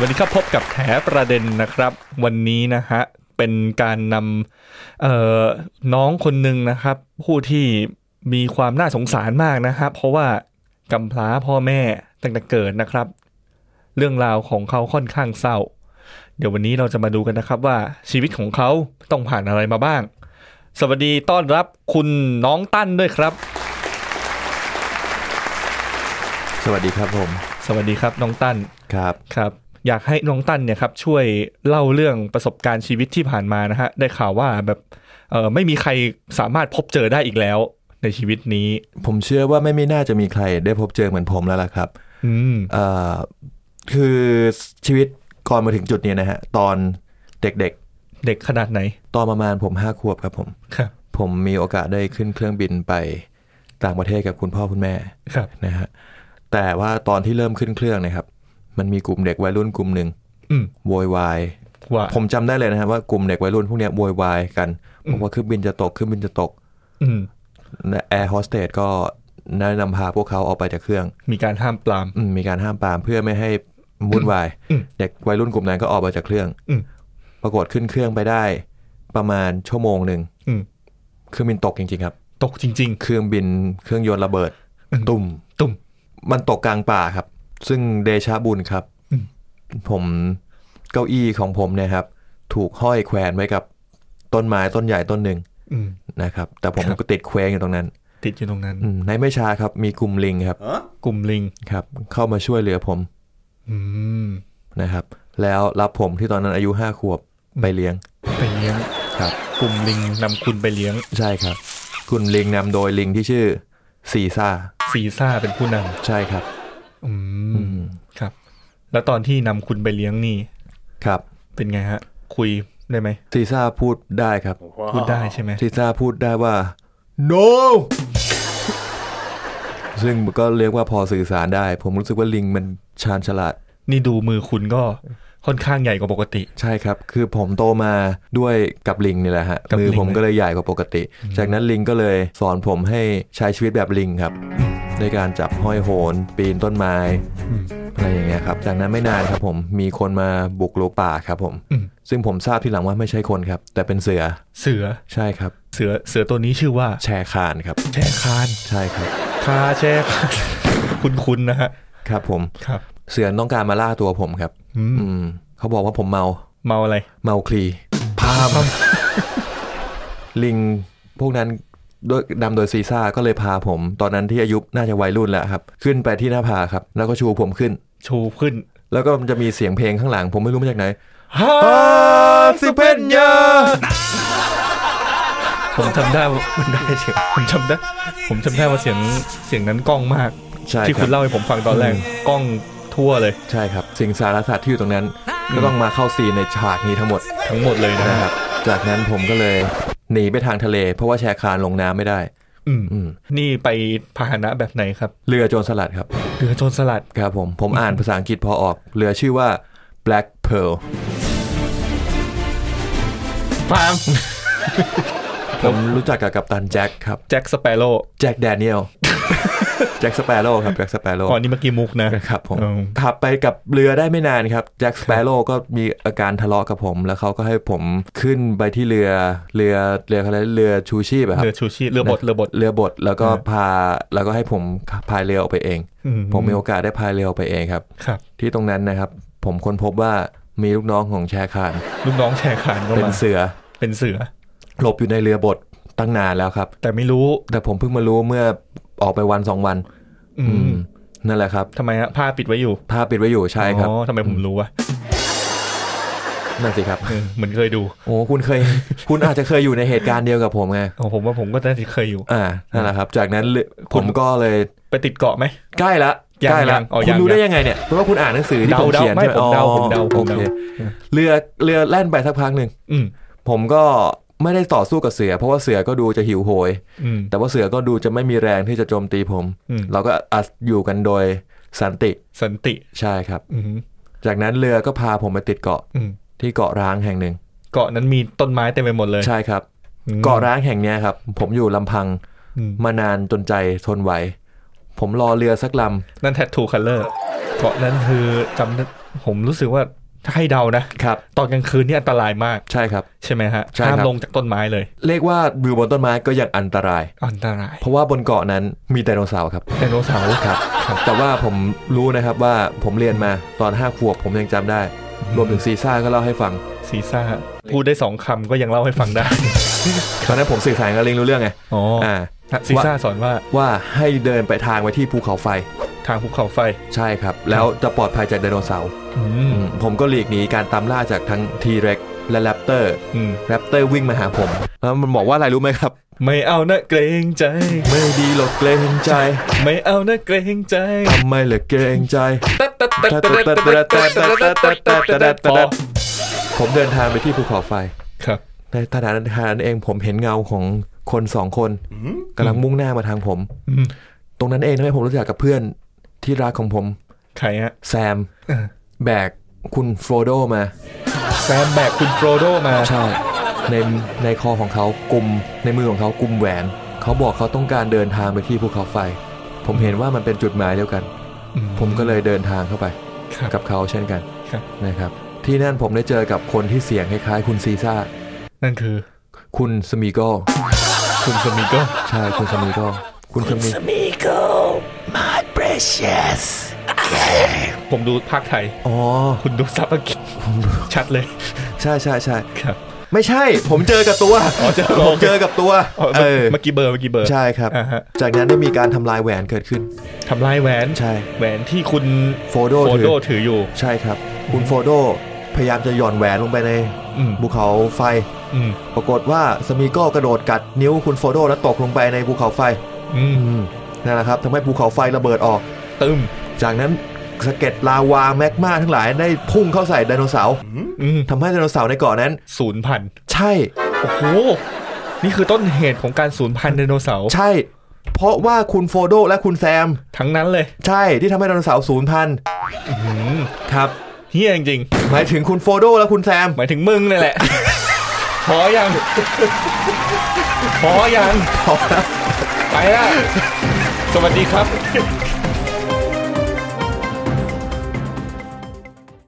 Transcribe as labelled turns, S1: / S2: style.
S1: วัสดีครับพบกับแถประเด็นนะครับ วันนี้นะฮะเป็นการนำเอ่อน้องคนหนึ่งนะครับ ผู้ที่มีความน่าสงสารมากนะครับ เพราะว่ากำพร้าพ่อแม่ตั้งแต่เกิดนะครับ เรื่องราวของเขาค่อนข้างเศร้า เดี๋ยววันนี้เราจะมาดูกันนะครับว่าชีวิตของเขาต้องผ่านอะไรมาบ้าง สวัสดีต้อนรับคุณน้องตั้นด้วยครับ
S2: สวัสดีครับผม
S1: สวัสดีครับน้องตั้น
S2: ครับ
S1: ครับอยากให้น้องตั้นเนี่ยครับช่วยเล่าเรื่องประสบการณ์ชีวิตที่ผ่านมานะฮะได้ข่าวว่าแบบเออไม่มีใครสามารถพบเจอได้อีกแล้ว ในชีวิตนี้
S2: ผมเชื่อว่าไม่มีน่าจะมีใครได้พบเจอเหมือนผมแล้วล่ะครับ
S1: อืม
S2: เอ่อคือชีวิตก่อนมาถึงจุดเนี้ยนะฮะตอนเด็ก
S1: เด็กขนาดไหน
S2: ๆ ตอนประมาณผมห้าขวบครับผม
S1: ครับ
S2: ผมมีโอกาสได้ขึ้นเครื่องบินไปต่างประเทศกับคุณพ่อคุณแม่
S1: ครับ
S2: นะฮะแต่ว่าตอนที่เริ่มขึ้นเครื่องเนะครับ มันมีกลุ่มเด็กวัยรุ่นกลุ่มหนึ่ง
S1: อืม
S2: โวยวาย
S1: ว่า
S2: ผมจำได้เลยนะฮะว่ากลุ่มเด็กวัยรุ่นพวกเนี้ยโวยวายกัน
S1: อืม
S2: บอกว่าเครื่องบินจะตกเครื่องบินจะตก
S1: อืม
S2: แอร์โฮสเตสก็แนะนำพาพวกเขาออกไปจากเครื่อง
S1: มีการห้ามปราม
S2: อืมมีการห้ามปรามเพื่อไม่ให้วุ่นวาย
S1: อืม
S2: เด็กวัยรุ่นกลุ่มนั้นก็ออกมาจากเครื่อง
S1: อืม
S2: ปรากฏขึ้นเครื่องไปได้ ประมาณชั่วโมงหนึ่ง
S1: อืม
S2: เครื่องบินตกจริงๆครับ
S1: ตกจริง
S2: เครื่องบินเครื่องยนต์ระเบิด
S1: อืม
S2: ตุ่ม
S1: ๆ ตุ่ม
S2: มันตกกลางป่าครับ ซึ่งเดชะบุญครับ
S1: อืม
S2: ผมเก้าอี้ของผมเนี่ยครับ ถูกห้อยแขวนไว้กับต้นไม้ต้นใหญ่ต้นหนึ่ง
S1: อืม
S2: นะครับ แต่ผม
S1: ครับ
S2: ก็ติดเคว้งอยู่ตรงนั้น
S1: ติดอยู่ตรงนั้น
S2: อืมในไม่ช้าครับ มีกลุ่มลิงครับ
S1: กลุ่มลิง
S2: ครับ เข้ามาช่วยเหลือผม
S1: อืม
S2: นะครับแล้วรับผมที่ตอนนั้นอายุห้าขวบไปเลี้ยง
S1: ไปเลี้ยง
S2: ครับ
S1: กลุ่มลิงนำคุณไปเลี้ยง
S2: ใช่ครับ คุณลิงนำโดยลิงที่ชื่อซีซ่า
S1: ซีซ่าเป็นผู้นำ
S2: ใช่ครับ
S1: อื
S2: อื
S1: ม
S2: ม
S1: ครับ แล้วตอนที่นำคุณไปเลี้ยงนี่
S2: ครับ
S1: เป็นไงฮะ คุยได้ไหม
S2: ซีซ่าพูดได้ครับ
S1: พูดได้ใช่ไหม
S2: ซีซ่าพูดได้ว่า no ซึ่งก็เรียกว่าพอสื่อสารได้ ผมรู้สึกว่าลิงมันชาญฉลาด
S1: นี่ดูมือคุณก็ค่อนข้างใหญ่กว่าปกติ
S2: ใช่ครับ คือผมโตมาด้วยกับลิงนี่แหละฮะ
S1: กับลิ
S2: มื
S1: ง
S2: อผมก็เลยใหญ่กว่าปกติ จากนั้นลิงก็เลยสอนผมให้ใช้ชีวิตแบบลิงครับ ในการจับห้อยโหน ปีนต้นไม้ อะไรอย่างเงี้ยครับจากนั้นไม่นานครับผมมีคนมาบุกลุกป่าครับผม
S1: อืม
S2: ซึ่งผมทราบทีหลังว่าไม่ใช่คนครับ แต่เป็นเสือ
S1: เสือ
S2: ใช่ครับ
S1: เสือเสือตัวนี้ชื่อว่า
S2: แชร์คานครับ
S1: แชร์คาน
S2: ใช่ครับ
S1: คาแชร์คาน คุณคุณนะฮะ
S2: ครับผม
S1: ครับ
S2: เสือต้องการมาล่าตัวผมครับ
S1: อืม
S2: อืมเขาบอกว่าผมเมา
S1: เมาอะไร
S2: เมาคลีพามลิงพวกนั้นด้วยนำโดยซีซ่าก็เลยพาผม ตอนนั้นที่อายุน่าจะวัยรุ่นแล้วครับ ขึ้นไปที่หน้าผาครับ แล้วก็ชูผมขึ้น
S1: ชูขึ้น
S2: แล้วก็มันจะมีเสียงเพลงข้างหลัง ผมไม่รู้มาจากไหน
S1: ฮ่า
S2: อาสิเพนยา
S1: ผมจำได้ว่ามันได้เสียงผมจำได้ ผมจำได้ว่าเสียงเสียงนั้นกล้องมาก
S2: ใช่
S1: ที่
S2: ค
S1: คุ
S2: รับ
S1: ณเล่าให้ผมฟังตอนแรกกล้องทั่วเลย
S2: ใช่ครับ สิ่งสารสัตว์ที่อยู่ตรงนั้นก็ต้องมาเข้าซีนในฉากนี้ทั้งหมด
S1: ทั้งหมดเลยนะ
S2: นะค
S1: ฮะ
S2: รับ จากนั้นผมก็เลยหนีไปทางทะเล เพราะว่าแชร์คานลงน้ำไม่ได้
S1: อืม
S2: อืม
S1: นี่ไปพาหนะแบบไหนครับ
S2: เรือโจรสลัดครับ
S1: เรือโจรสลัด
S2: ครับผม ผมอ่านภาษาอังกฤษพอออก เรือชื่อว่า Black Pearl
S1: ฟาม
S2: ผมรู้จักกับกัปตันแจ็คครับ
S1: แจ็คสเปโร่
S2: แจ็คแดเนียล แจ็คสเปโร่ครับ แจ็คสเปโร่
S1: ก่อนนี้เมื่อกี้มุกนะ
S2: นะครับผม
S1: อืม
S2: ขับไปกับเรือได้ไม่นานครับ แจ็คสเปโร่ก็มีอาการทะเลาะกับผม แล้วเขาก็ให้ผมขึ้นไปที่เรือ เรือ เรืออะไรเรือชูชีพอะครับ
S1: เรือชูชีพเรือบดเรือบด
S2: เรือบดแล้วก็
S1: อ่า
S2: พาแล้วก็ให้ผมพายเรือออกไปเอง
S1: อื
S2: ผมมีโอกาสได้พายเรือออกไปเองครับ
S1: ครับ
S2: ที่ตรงนั้นนะครับ ผมค้นพบว่ามีลูกน้องของแชร์คาน
S1: ลูกน้องแชร์ขานเข้า
S2: เป็น
S1: มา
S2: เสือ
S1: เป็นเสือ
S2: หลบอยู่ในเรือบดตั้งนานแล้วครับ
S1: แต่ไม่รู้
S2: แต่ผมเพิ่งมารู้เมื่อออกไปวันสองวัน
S1: อื
S2: อื
S1: ม
S2: มนั่นแหละครับ
S1: ทำไมฮะผ้าปิดไว้อยู่
S2: ภาพปิดไว้อยู่ใช่ครับ
S1: อ๋อทำไมผมรู้วะ
S2: นั่นสิ ครับ
S1: เออเหมือนเคยดู
S2: โอ้คุณเคย คุณอาจจะเคยอยู่ในเหตุการณ์เดียวกับผมไง
S1: โอ้ผมว่าผมก็น่าจะเคยอยู่
S2: อ่านั่นแหละครับ จากนั้นเรือ
S1: คุ
S2: ผ
S1: ณ
S2: มก็เลย
S1: ไปติดเกาะไหม
S2: ใกล้ละ
S1: ยัง
S2: ใกล้ละ
S1: ยังอ๋อ
S2: คุ
S1: ยั
S2: ณ
S1: ง
S2: รู้ได้
S1: ยัง
S2: ยังไงเนี่ยเพราะว่าคุณอ่านหนังสือที่
S1: เดา
S2: ผมเขียน
S1: เดา
S2: ใช่ไหม
S1: ไม่ผมเดาผมเดา
S2: อ๋อ
S1: ผ
S2: โอ
S1: มเดา
S2: เค เรือเรือแล่นไปสักพักหนึ่ง
S1: อืม
S2: ผมก็ไม่ได้ต่อสู้กับเสือ เพราะว่าเสือก็ดูจะหิวโหย
S1: อืม
S2: แต่ว่าเสือก็ดูจะไม่มีแรงที่จะโจมตีผม
S1: อืม
S2: เราก็อาศัยอยู่กันโดยสันติ
S1: สันติ
S2: ใช่ครับ
S1: อืม
S2: จากนั้นเรือก็พาผมไปติดเกาะ
S1: อืม
S2: ที่เกาะร้างแห่งหนึ่ง
S1: เกาะนั้นมีต้นไม้เต็มไปหมดเลย
S2: ใช่ครับ
S1: อืม
S2: เกาะร้างแห่งเนี้ยครับ ผมอยู่ลำพัง
S1: อืม
S2: มานานจนใจทนไหว ผมรอเรือสักล
S1: นั่นแททูคัลเลอร์เกาะนั้นคือจำ ผมรู้สึกว่าถ้าให้เดานะ
S2: ครับ
S1: ตอนกลางคืนนี่อันตรายมาก
S2: ใช่ครับ
S1: ใช่ไหมฮะ
S2: ใช่ครับ
S1: ห้ามลงจากต้นไม้เลย
S2: เรียกว่าวิวบนต้นไม้ก็ยังอันตราย
S1: อันตราย
S2: เพราะว่าบนเกาะนั้นมีไดโนเสาร์ครับ
S1: ไดโนเสาร์
S2: ครับ แต่ว่าผมรู้นะครับว่าผมเรียนมาตอน 5 ขวบผมยังจำได้ รวมถึงซีซ่าก็เล่าให้ฟัง
S1: ซีซ่าพูดได้สองคำก็ยังเล่าให้ฟังได้
S2: ตอนนั้นผมสื่อสารกับลิงรู้เรื่องไง
S1: อ๋อ
S2: อ่า
S1: ซีซ่าสอนว่า
S2: ว่าให้เดินไปทางไปที่ภูเขาไฟ
S1: ทางภูเขาไฟ
S2: ใช่ครับ แล้วจะปลอดภัยจากไดโนเสาร์
S1: อืม
S2: อืมผมก็หลีกหนีการตามล่าจากทั้งทีเร็กและแรปเตอร์
S1: อืม
S2: แรปเตอร์วิ่งมาหาผม แล้วมันบอกว่าอะไรรู้ไหมครับ
S1: ไม่เอานะเกรงใจ
S2: ไม่ดีหรอกเกรงใจ
S1: ไม่เอานะเกรงใจ
S2: ทำไมเหลือเกรงใจ
S1: พอ
S2: ผมเดินทางไปที่ภูเขาไฟ
S1: ครับ
S2: ในขณะนั้นขณะนั้นเองผมเห็นเงาของคนสองคนกำลังมุ่งหน้ามาทางผม
S1: อืม
S2: ตรงนั้นเองทำให้ผมรู้จักกับเพื่อนที่รักของผม
S1: ใครฮะ
S2: แซม
S1: เออ
S2: แบกคุณโฟโดมา
S1: แซมแบกคุณโฟรโดมา
S2: ใช่ ในในคอของเขากลุ่มในมือของเขากลุ่มแหวน เขาบอกเขาต้องการเดินทางไปที่ภูเขาไฟ ผมเห็นว่ามันเป็นจุดหมายเดียวกัน
S1: อื
S2: ผมก็เลยเดินทางเข้าไป
S1: ครับ
S2: กับเขาเช่นกัน
S1: ครับ
S2: นะครับ ที่นั่นผมได้เจอกับคนที่เสียงคล้ายๆ คุณซีซ่า
S1: นั่นคือ
S2: คุณสมีโก
S1: คุณสมิโก
S2: ใช่คุณสมีโกคุณสมี
S1: ผมดูภาคไทย
S2: อ๋อ
S1: คุณดูซับ อังกฤษชัดเลย
S2: ใช่ใช่ใช่
S1: ครับ
S2: ไม่ใช่ ผมเจอกับตัว
S1: อ๋อเจอ
S2: ผมเจอกับตัว
S1: อ๋อ
S2: เออ
S1: เมื่อกี้เบอร์เมื่อกี้เบอร์
S2: ใช่ครับ
S1: อ่าฮะ
S2: จากนั้นได้มีการทำลายแหวนเกิดขึ้น
S1: ทำลายแหวน
S2: ใช่
S1: แหวนที่คุณ
S2: โฟโด
S1: โฟ
S2: ถื
S1: โด
S2: อ
S1: ถืออยู่
S2: ใช่ครับ คุณโฟโดพยายามจะหย่อนแหวนลงไปใน
S1: อืม
S2: ภูเขาไฟ
S1: อืม
S2: ปรากฏว่าสมีโกกระโดดกัดนิ้วคุณโฟโดแล้วตกลงไปในภูเขาไฟ
S1: อืม
S2: นั่นแหละครับทำให้ภูเขาไฟระเบิดออก
S1: ตึม
S2: จากนั้นสะเก็ดลาวาแมกมาทั้งหลายได้พุ่งเข้าใส่ไดโนเสาร์
S1: อืม
S2: ทำให้ไดโนเสาร์ในเกาะนั้น
S1: ศูนย์พัน
S2: ใช่
S1: โอ้โหนี่คือต้นเหตุของการศูนย์พันไดโนเสาร์
S2: ใช่ เพราะว่าคุณโฟโดและคุณแซม
S1: ทั้งนั้นเลย
S2: ใช่ที่ทำให้ไดโนเสาร์สูญพันธุ์
S1: อืม
S2: ครับ
S1: เฮียจริง
S2: หมายถึงคุณโฟโดและคุณแซม
S1: ๆหมายถึงมึงนี่แหละ พอยังพอยังพอไปละสวัสดีครับ